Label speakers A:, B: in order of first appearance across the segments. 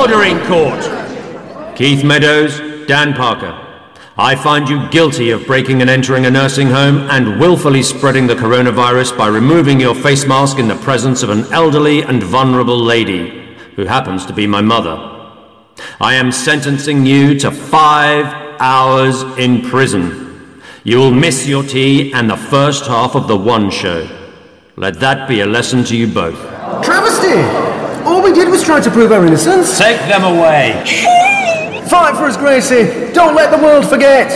A: Ordering court. Keith Meadows, Dan Parker. I find you guilty of breaking and entering a nursing home and willfully spreading the coronavirus by removing your face mask in the presence of an elderly and vulnerable lady who happens to be my mother. I am sentencing you to five hours in prison. You will miss your tea and the first half of the one show. Let that be a lesson to you both.
B: Travesty! All we did was try to prove our innocence.
A: Take them away.
B: Fight for us, Gracie. Don't let the world forget.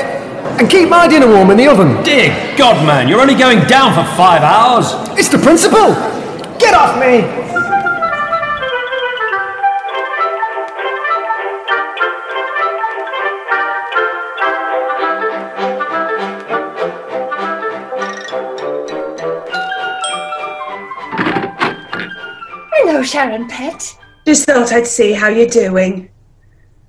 B: And keep my dinner warm in the oven.
A: Dear God, man, you're only going down for five hours.
B: It's the principle. Get off me.
C: Hello, Sharon Pet.
D: Just thought I'd see how you're doing.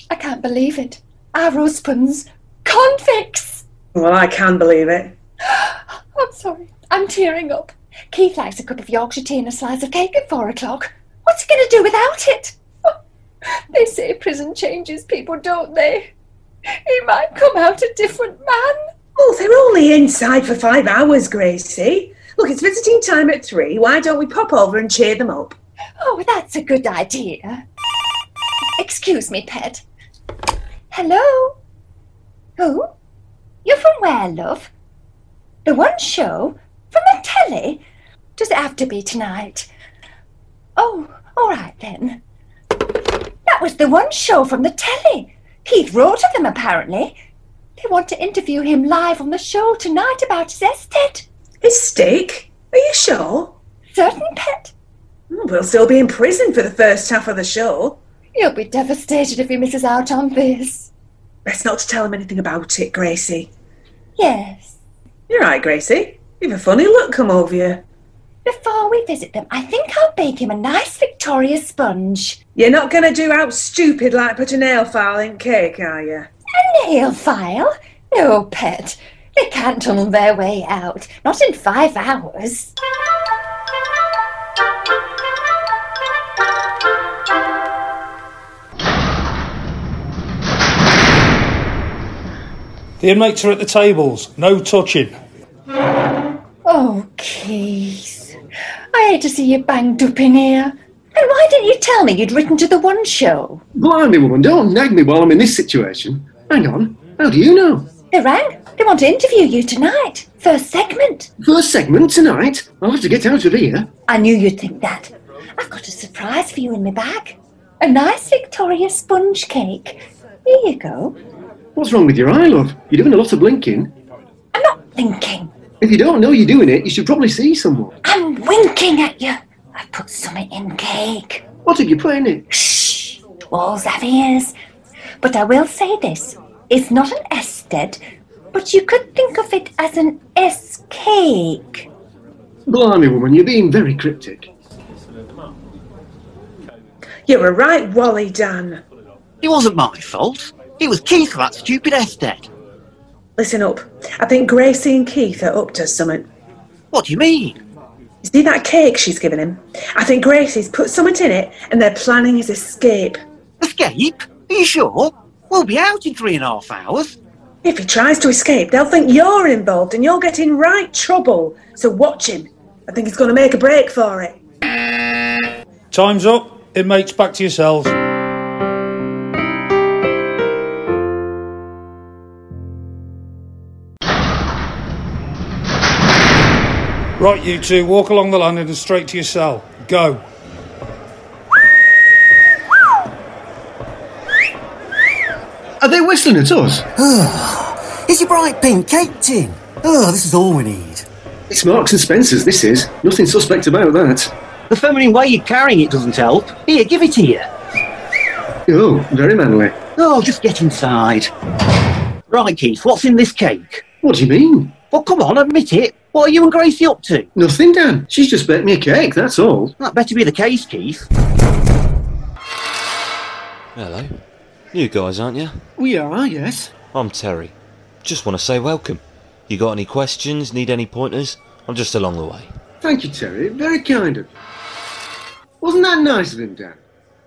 C: I can't believe it. Our husband's convicts.
D: Well, I can believe it.
C: I'm sorry. I'm tearing up. Keith likes a cup of Yorkshire tea and a slice of cake at four o'clock. What's he going to do without it? they say prison changes people, don't they? He might come out a different man.
D: Well, Oh, they're only inside for five hours, Gracie. Look, it's visiting time at three. Why don't we pop over and cheer them up?
C: Oh, that's a good idea. Excuse me, Pet. Hello? Who? You're from where, love? The one show? From the telly? Does it have to be tonight? Oh, all right then. That was the one show from the telly. Keith wrote to them, apparently. They want to interview him live on the show tonight about his estate.
D: His stick? Are you sure?
C: Certain, Pet?
D: Hmm, We'll still be in prison for the first half of the show.
C: You'll be devastated if he misses out on this.
D: Best not to tell them anything about it, Gracie.
C: Yes.
D: You're right, Gracie. You've a funny look come over you.
C: Before we visit them, I think I'll bake him a nice Victoria sponge.
D: You're not going to do out stupid like put a nail file in cake, are you?
C: A nail file? No, pet. They can't tunnel their way out. Not in five hours.
E: The inmates are at the tables. No touching.
C: Oh, Keith. I hate to see you banged up in here. And why didn't you tell me you'd written to the one show?
F: Blimey, woman, don't nag me while I'm in this situation. Hang on, how do you know?
C: They rang. They want to interview you tonight. First segment.
F: First segment tonight. I'll have to get out of here.
C: I knew you'd think that. I've got a surprise for you in my bag. A nice Victoria sponge cake. Here you go.
F: What's wrong with your eye, love? You're doing a lot of blinking.
C: I'm not thinking.
F: If you don't know you're doing it, you should probably see someone.
C: I'm winking at you. I put something in cake.
F: What have you put in it?
C: Shh, walls have ears. But I will say this it's not an ested, but you could think of it as an S cake.
F: Blimey, woman, you're being very cryptic.
D: You're a right Wally, Dan.
G: It wasn't my fault. It was Keith for that stupid Estet.
D: Listen up. I think Gracie and Keith are up to something.
G: What do you mean?
D: See that cake she's given him? I think Gracie's put something in it and they're planning his escape.
G: Escape? Are you sure? We'll be out in three and a half hours.
D: If he tries to escape, they'll think you're involved and you'll get in right trouble. So watch him. I think he's going to make a break for it.
E: Time's up. Inmates, back to yourselves. Right, you two, walk along the landing and straight to your cell. Go.
F: Are they whistling at us?
H: Is your bright pink cake tin? Oh, this is all we need.
F: It's Marks and Spencer's, this is. Nothing suspect about that.
G: The feminine way you're carrying it doesn't help. Here, give it here.
F: Oh, very manly.
G: Oh, just get inside. Right, Keith, what's in this cake?
F: What do you mean?
G: Well, come on, admit it. What are you and Gracie up to?
F: Nothing, Dan. She's just baked me a cake, that's all.
G: That better be the case, Keith.
I: Hello. New guys, aren't you?
F: We are, yes.
I: I'm Terry. Just want to say welcome. You got any questions? Need any pointers? I'm just along the way.
F: Thank you, Terry. Very kind of you. Wasn't that nice of him, Dan?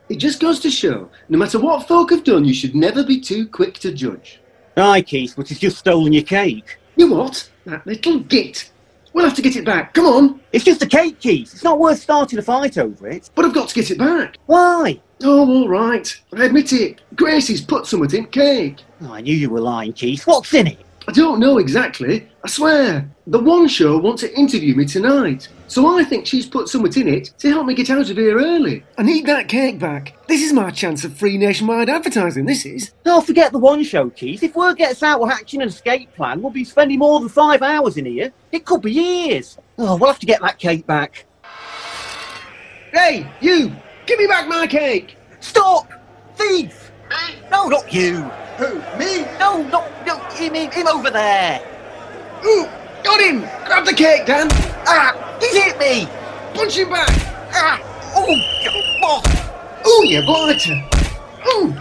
F: It just goes to show, no matter what folk have done, you should never be too quick to judge.
G: Aye, Keith, but he's just stolen your cake.
F: You what? That little git. We'll have to get it back. Come on.
G: It's just a cake, Keith. It's not worth starting a fight over it.
F: But I've got to get it back.
G: Why?
F: Oh, all right. I admit it. Gracie's put something in cake.
G: Oh, I knew you were lying, Keith. What's in it?
F: I don't know exactly. I swear. The one show wants to interview me tonight. So I think she's put something in it to help me get out of here early.
B: I need that cake back. This is my chance of free nationwide advertising, this is.
G: Oh, forget the one show, Keith. If word gets out our action and escape plan, we'll be spending more than five hours in here. It could be years. Oh, we'll have to get that cake back.
F: Hey, you! Give me back my cake!
G: Stop! Thief! No, not you! Who? Me? No, not no, him, him, him over there!
F: Ooh! Got him! Grab the cake, Dan!
G: Ah! He's hit me!
F: Punch him back!
G: Ah! Oh! oh.
F: Ooh, you blighter! Ooh!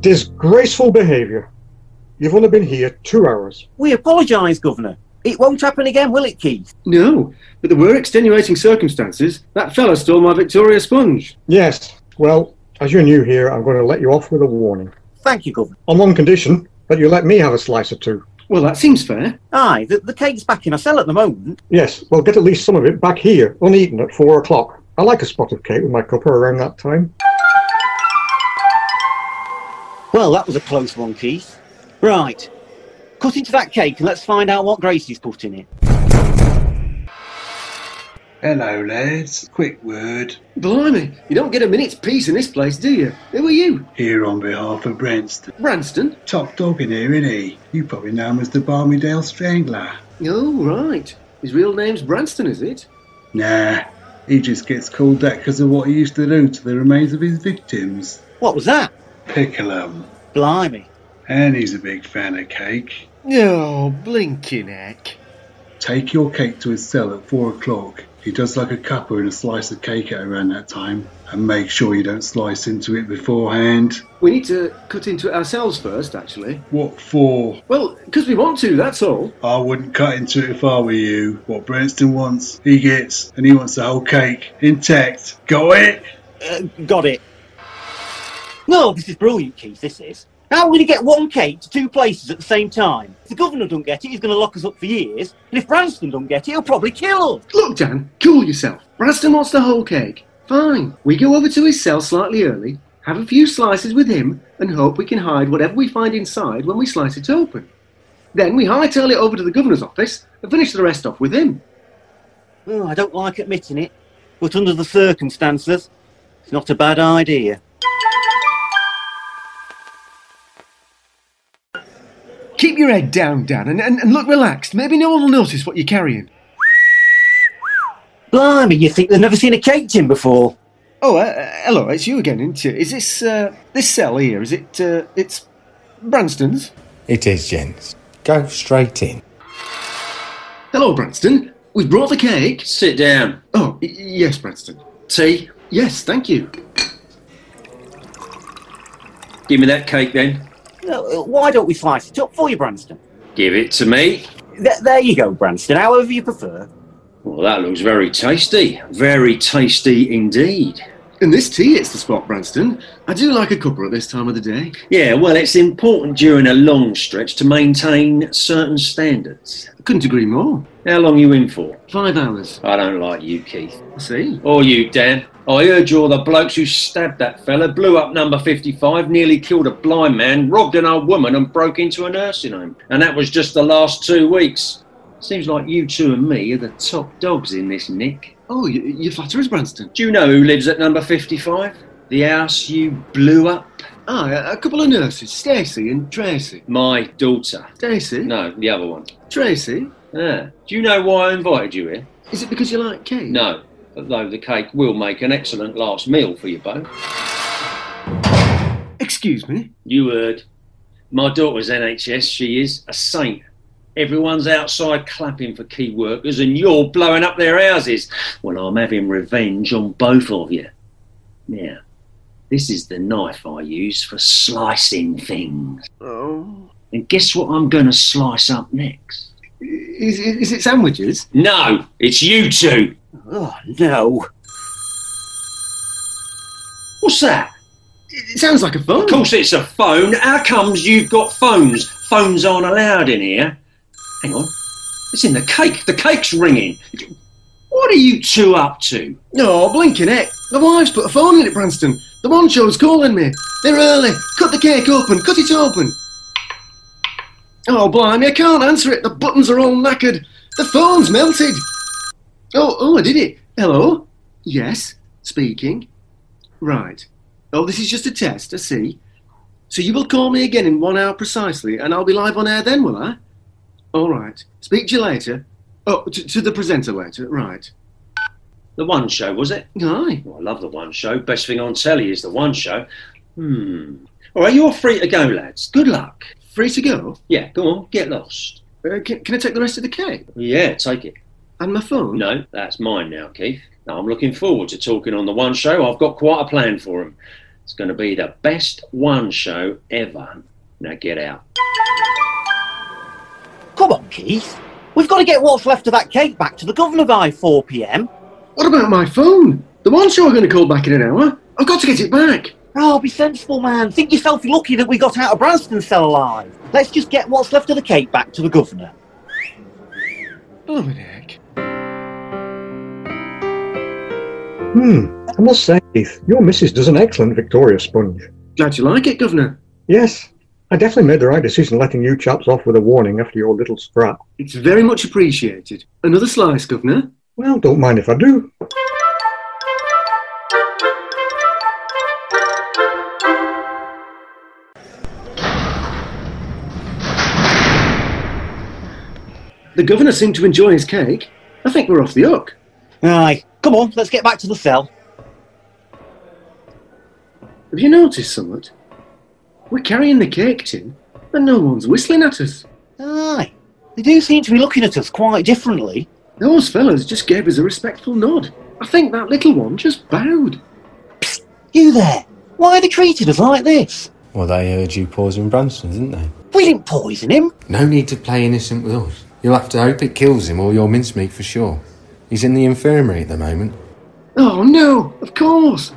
J: Disgraceful behaviour. You've only been here two hours.
G: We apologise, Governor. It won't happen again, will it, Keith?
F: No, but there were extenuating circumstances. That fella stole my Victoria sponge.
J: Yes, well, as you're new here, I'm going to let you off with a warning.
G: Thank you, Governor.
J: On one condition that you let me have a slice or two.
F: Well, that seems fair.
G: Aye, the, the cake's back in a cell at the moment.
J: Yes, well, get at least some of it back here, uneaten at four o'clock. I like a spot of cake with my cuppa around that time.
G: Well, that was a close one, Keith. Right. Cut into that cake and let's find out what Gracie's put in it.
E: Hello, lads. Quick word.
F: Blimey, you don't get a minute's peace in this place, do you? Who are you?
E: Here on behalf of Branston.
F: Branston?
E: Top dog in here, isn't he? You probably know him as the Barmydale Strangler.
F: Oh, right. His real name's Branston, is it?
E: Nah, he just gets called that because of what he used to do to the remains of his victims.
G: What was that?
E: Pickle 'em.
G: Blimey.
E: And he's a big fan of cake.
B: Oh, blinking heck.
E: Take your cake to his cell at four o'clock. He does like a cuppa and a slice of cake at around that time. And make sure you don't slice into it beforehand.
F: We need to cut into it ourselves first, actually.
E: What for?
F: Well, because we want to, that's all.
E: I wouldn't cut into it if I were you. What Branston wants, he gets, and he wants the whole cake intact. Got it?
G: Uh, got it. No, this is brilliant, Keith, this is. How are we going to get one cake to two places at the same time? If the governor doesn't get it, he's going to lock us up for years. And if Branston doesn't get it, he'll probably kill us.
F: Look, Dan, cool yourself. Branston wants the whole cake. Fine. We go over to his cell slightly early, have a few slices with him, and hope we can hide whatever we find inside when we slice it open. Then we hightail it over to the governor's office and finish the rest off with him.
G: Oh, I don't like admitting it, but under the circumstances, it's not a bad idea.
B: Keep your head down, Dan, and, and, and look relaxed. Maybe no one will notice what you're carrying.
G: Blimey, you think they've never seen a cake tin before?
B: Oh, uh, uh, hello, it's you again, isn't it? Is this, uh, this cell here, is it, uh, it's Branston's?
K: It is, gents. Go straight in.
F: Hello, Branston. We've brought the cake.
A: Sit down.
F: Oh, y- yes, Branston.
A: Tea?
F: Yes, thank you.
A: Give me that cake then.
G: No, uh, Why don't we slice it up for you, Branston?
A: Give it to me.
G: Th- there you go, Branston, however you prefer.
A: Well, that looks very tasty. Very tasty indeed.
F: And this tea hits the spot, Branston. I do like a cuppa at this time of the day.
A: Yeah, well, it's important during a long stretch to maintain certain standards.
F: I couldn't agree more.
A: How long you in for?
F: Five hours.
A: I don't like you, Keith.
F: I see.
A: Or you, Dan. I heard you're the blokes who stabbed that fella, blew up number 55, nearly killed a blind man, robbed an old woman, and broke into a nursing home. And that was just the last two weeks. Seems like you two and me are the top dogs in this, Nick.
F: Oh, you, you flatter us, Branston.
A: Do you know who lives at number 55? The house you blew up?
F: Ah, a- a couple of nurses, Stacy and Tracy.
A: My daughter.
F: Stacy?
A: No, the other one.
F: Tracy?
A: Ah. Do you know why I invited you here?
F: Is it because you like cake?
A: No, though the cake will make an excellent last meal for you both.
F: Excuse me?
A: You heard. My daughter's NHS. She is a saint. Everyone's outside clapping for key workers, and you're blowing up their houses. Well, I'm having revenge on both of you. Now, this is the knife I use for slicing things.
F: Oh.
A: And guess what I'm going to slice up next?
F: Is, is, is it sandwiches?
A: No, it's you two. Oh, no. What's that?
F: It sounds like a phone.
A: Of course, it's a phone. How comes you've got phones? Phones aren't allowed in here. Hang on. It's in the cake. The cake's ringing. What are you two up to?
F: No, blinking it. The wife's put a phone in it, Branston. The one show's calling me. They're early. Cut the cake open. Cut it open. Oh, blimey, I can't answer it. The buttons are all knackered. The phone's melted. Oh, oh, I did it. Hello? Yes, speaking. Right. Oh, this is just a test, I see. So you will call me again in one hour precisely, and I'll be live on air then, will I? All right. Speak to you later. Oh, to, to the presenter later. Right.
A: The One Show, was it?
F: Aye.
A: Oh, I love The One Show. Best thing on telly is The One Show. Hmm. All right, you're free to go, lads. Good luck.
F: Free to go?
A: Yeah, go on. Get lost.
F: Uh, can, can I take the rest of the cake?
A: Yeah, take it.
F: And my phone?
A: No, that's mine now, Keith. Now, I'm looking forward to talking on The One Show. I've got quite a plan for 'em. It's going to be the best One Show ever. Now, get out.
G: Come on, Keith. We've got to get what's left of that cake back to the governor by 4 pm.
F: What about my phone? The one show I'm going to call back in an hour. I've got to get it back.
G: Oh, be sensible, man. Think yourself lucky that we got out of Branston's cell alive. Let's just get what's left of the cake back to the governor.
F: Blimey heck.
J: Hmm, I must say, Keith, your missus does an excellent Victoria sponge.
F: Glad you like it, Governor.
J: Yes, I definitely made the right decision letting you chaps off with a warning after your little scrap.
F: It's very much appreciated. Another slice, Governor.
J: Well, don't mind if I do.
F: The Governor seemed to enjoy his cake. I think we're off the hook.
G: Aye. Come on, let's get back to the cell.
F: Have you noticed somewhat? We're carrying the cake tin, and no one's whistling at us.
G: Aye. They do seem to be looking at us quite differently.
F: Those fellas just gave us a respectful nod. I think that little one just bowed.
G: You there? Why are they treating us like this?
K: Well, they heard you pausing Branston, didn't they?
G: We didn't poison him.
K: No need to play innocent with us. You'll have to hope it kills him or your mincemeat for sure. He's in the infirmary at the moment.
F: Oh no, of course.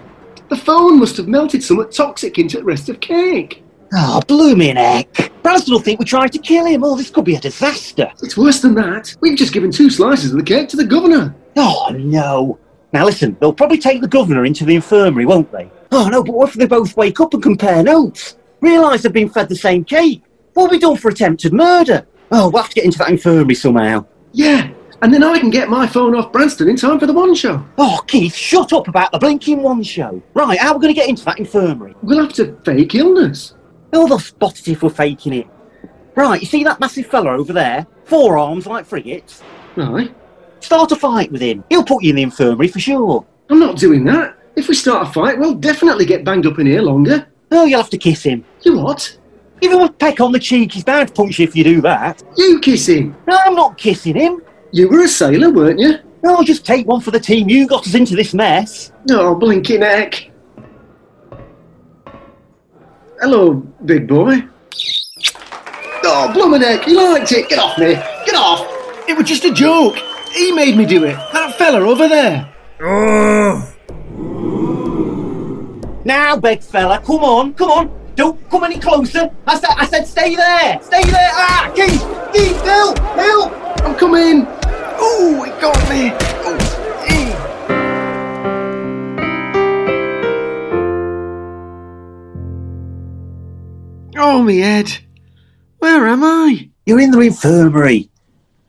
F: The phone must have melted somewhat toxic into the rest of cake.
G: Oh, blooming heck. Branston will think we tried to kill him. Oh, this could be a disaster.
F: It's worse than that. We've just given two slices of the cake to the governor.
G: Oh, no. Now, listen, they'll probably take the governor into the infirmary, won't they? Oh, no, but what if they both wake up and compare notes? Realise they've been fed the same cake? What have we done for attempted murder? Oh, we'll have to get into that infirmary somehow.
F: Yeah, and then I can get my phone off Branston in time for the one show.
G: Oh, Keith, shut up about the Blinking One show. Right, how are we going to get into that infirmary?
F: We'll have to fake illness.
G: Oh, they'll spot it if we're faking it. Right, you see that massive fella over there? Forearms like frigates.
F: Right.
G: Start a fight with him. He'll put you in the infirmary for sure.
F: I'm not doing that. If we start a fight, we'll definitely get banged up in here longer.
G: Oh, you'll have to kiss him.
F: You what?
G: Give him a peck on the cheek. He's bound to punch you if you do that.
F: You kiss him.
G: No, I'm not kissing him.
F: You were a sailor, weren't you?
G: No, just take one for the team. You got us into this mess.
F: No, Oh, blinking heck. Hello, big boy. Oh, blooming heck, he liked it. Get off me. Get off. It was just a joke. He made me do it. That fella over there.
G: Now, big fella, come on, come on. Don't come any closer. I said, I said, stay there, stay there. Ah, Keith, Keith, help, help.
F: I'm coming. Oh, it got me. Oh, eh. Oh, me head. Where am I?
G: You're in the infirmary.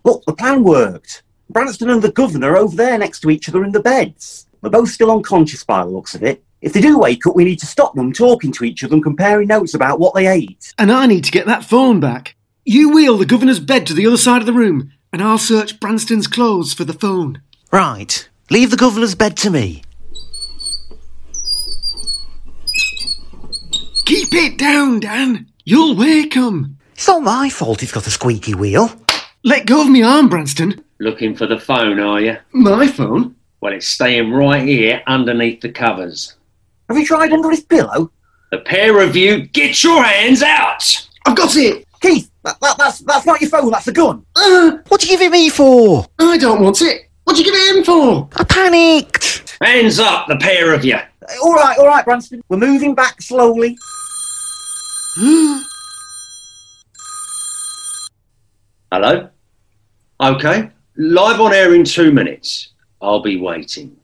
G: Look, the plan worked. Branston and the governor are over there next to each other in the beds. They're both still unconscious by the looks of it. If they do wake up, we need to stop them talking to each other and comparing notes about what they ate.
F: And I need to get that phone back. You wheel the governor's bed to the other side of the room, and I'll search Branston's clothes for the phone.
L: Right. Leave the governor's bed to me.
F: Keep it down, Dan. You'll wake 'em.
L: It's not my fault he's got a squeaky wheel.
F: Let go of me arm, Branston.
A: Looking for the phone, are you?
F: My phone?
A: Well, it's staying right here underneath the covers.
G: Have you tried under his pillow?
A: The pair of you, get your hands out!
F: I've got it.
G: Keith, that, that, that's, that's not your phone, that's a gun.
M: what do you give it me for?
N: I don't want it. What do you give it him for?
M: I panicked.
O: Hands up, the pair of you.
G: All right, all right, Branston. We're moving back slowly.
O: Hello? Okay. Live on air in two minutes. I'll be waiting.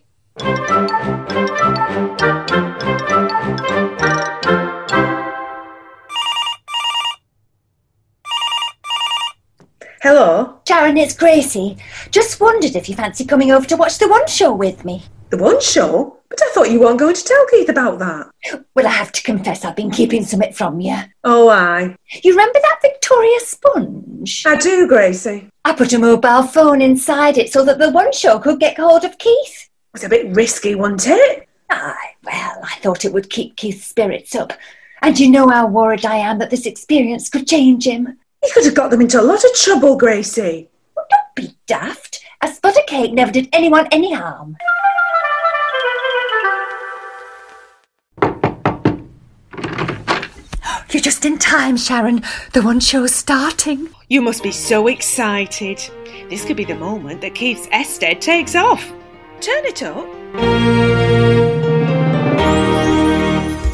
P: Hello?
C: Sharon, it's Gracie. Just wondered if you fancy coming over to watch the One Show with me.
P: The One Show? But I thought you weren't going to tell Keith about that.
C: Well, I have to confess, I've been keeping some it from you.
P: Oh, aye.
C: You remember that Victoria sponge?
P: I do, Gracie.
C: I put a mobile phone inside it so that the One Show could get hold of Keith.
P: It was a bit risky, wasn't it?
C: Aye, well, I thought it would keep Keith's spirits up. And you know how worried I am that this experience could change him.
P: You could have got them into a lot of trouble, Gracie.
C: Be daft. A spot of cake never did anyone any harm. You're just in time, Sharon. The One Show's starting.
D: You must be so excited. This could be the moment that Keith's Ested takes off. Turn it up.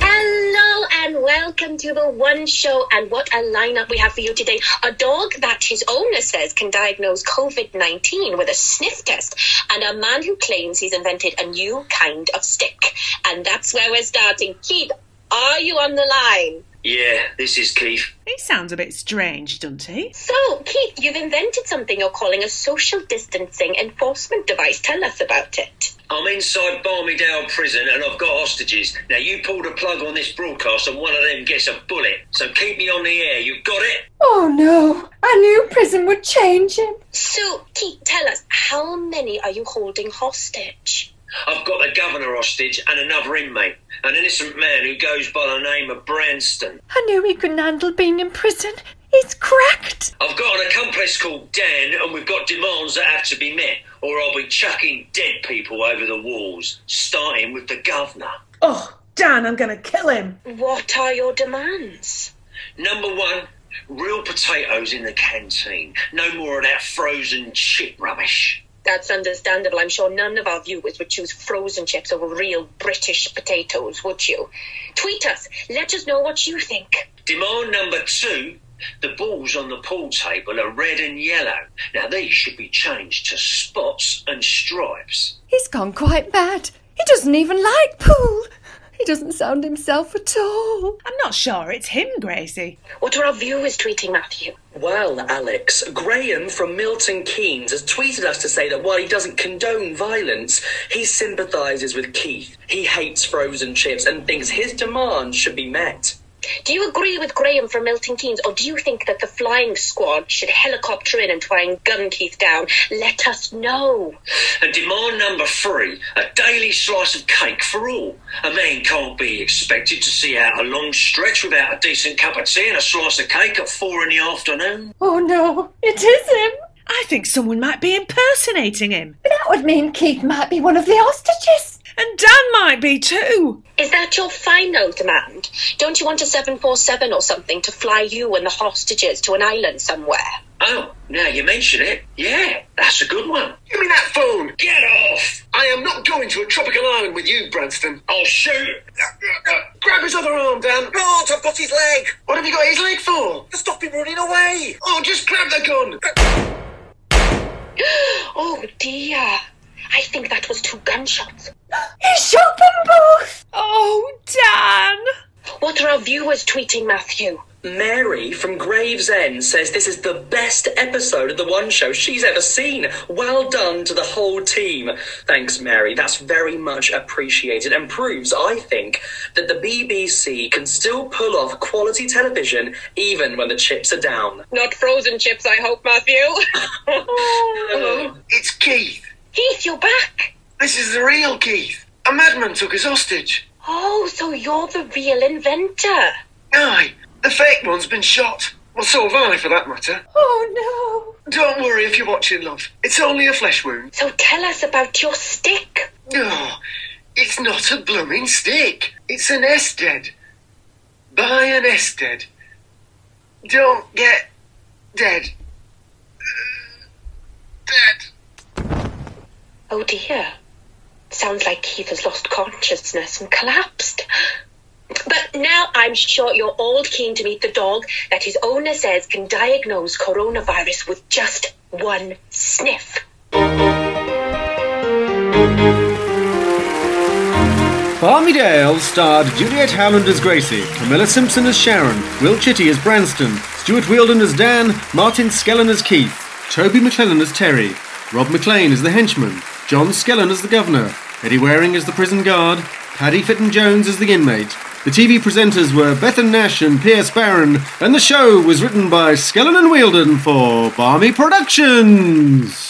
Q: Hello and welcome to the One Show. And what a lineup we have for you today. A dog that his owner says can diagnose COVID 19 with a sniff test, and a man who claims he's invented a new kind of stick. And that's where we're starting. Keith, are you on the line?
A: Yeah, this is Keith.
D: He sounds a bit strange, doesn't he?
Q: So, Keith, you've invented something you're calling a social distancing enforcement device. Tell us about it.
A: I'm inside Barmydale prison and I've got hostages. Now, you pull the plug on this broadcast and one of them gets a bullet. So keep me on the air, you got it?
C: Oh no, I knew prison would change him.
Q: So, Keith, tell us, how many are you holding hostage?
A: I've got the governor hostage and another inmate, an innocent man who goes by the name of Branston.
C: I knew he couldn't handle being in prison. He's cracked.
A: I've got an accomplice called Dan and we've got demands that have to be met, or I'll be chucking dead people over the walls, starting with the governor.
P: Oh, Dan, I'm going to kill him.
Q: What are your demands?
A: Number one, real potatoes in the canteen. No more of that frozen chip rubbish.
Q: That's understandable. I'm sure none of our viewers would choose frozen chips over real British potatoes, would you? Tweet us. Let us know what you think.
A: Demand number two the balls on the pool table are red and yellow. Now, these should be changed to spots and stripes.
R: He's gone quite mad. He doesn't even like pool. He doesn't sound himself at all.
D: I'm not sure it's him, Gracie.
Q: What are our viewers tweeting, Matthew?
S: Well, Alex, Graham from Milton Keynes has tweeted us to say that while he doesn't condone violence, he sympathises with Keith. He hates frozen chips and thinks his demands should be met.
Q: Do you agree with Graham from Milton Keynes, or do you think that the flying squad should helicopter in and try and gun Keith down? Let us know.
A: And demand number three a daily slice of cake for all. A man can't be expected to see out a long stretch without a decent cup of tea and a slice of cake at four in the afternoon.
R: Oh no, it is him.
D: I think someone might be impersonating him.
R: That would mean Keith might be one of the hostages.
D: And Dan might be too.
Q: Is that your final demand? Don't you want a 747 or something to fly you and the hostages to an island somewhere?
A: Oh, now you mention it. Yeah, that's a good one.
F: Give me that phone.
A: Get off!
F: I am not going to a tropical island with you, Branston.
A: I'll shoot!
F: Grab his other arm, Dan.
S: Lord, I've got his leg.
F: What have you got his leg for?
S: To stop him running away.
F: Oh, just grab the gun.
Q: oh dear. I think that was two gunshots.
R: He shot them both.
D: Oh, Dan!
Q: What are our viewers tweeting, Matthew?
S: Mary from Gravesend says this is the best episode of The One Show she's ever seen. Well done to the whole team. Thanks, Mary. That's very much appreciated and proves, I think, that the BBC can still pull off quality television even when the chips are down.
Q: Not frozen chips, I hope, Matthew.
F: Hello. It's Keith.
Q: Keith, you're back.
F: This is the real Keith. A madman took us hostage.
Q: Oh, so you're the real inventor.
F: Aye, the fake one's been shot. Well, so have I, for that matter.
R: Oh
F: Don't worry if you're watching, love. It's only a flesh wound.
Q: So tell us about your stick.
F: No, Oh, it's not a blooming stick. It's an Ested. Buy an Ested.
T: Don't get dead.
F: Uh,
Q: Oh dear. Sounds like Keith has lost consciousness and collapsed. But now I'm sure you're all keen to meet the dog that his owner says can diagnose coronavirus with just one sniff.
F: Farmydale starred Juliet Howland as Gracie, Camilla Simpson as Sharon, Will Chitty as Branston, Stuart Wielden as Dan, Martin Skellen as Keith, Toby McClellan as Terry, Rob McLean as the henchman, John Skellen as the governor, Eddie Waring as the prison guard, Paddy Fitton Jones as the inmate. The TV presenters were Bethan Nash and Pierce Barron, and the show was written by Skellen and Wielden for Barmy Productions.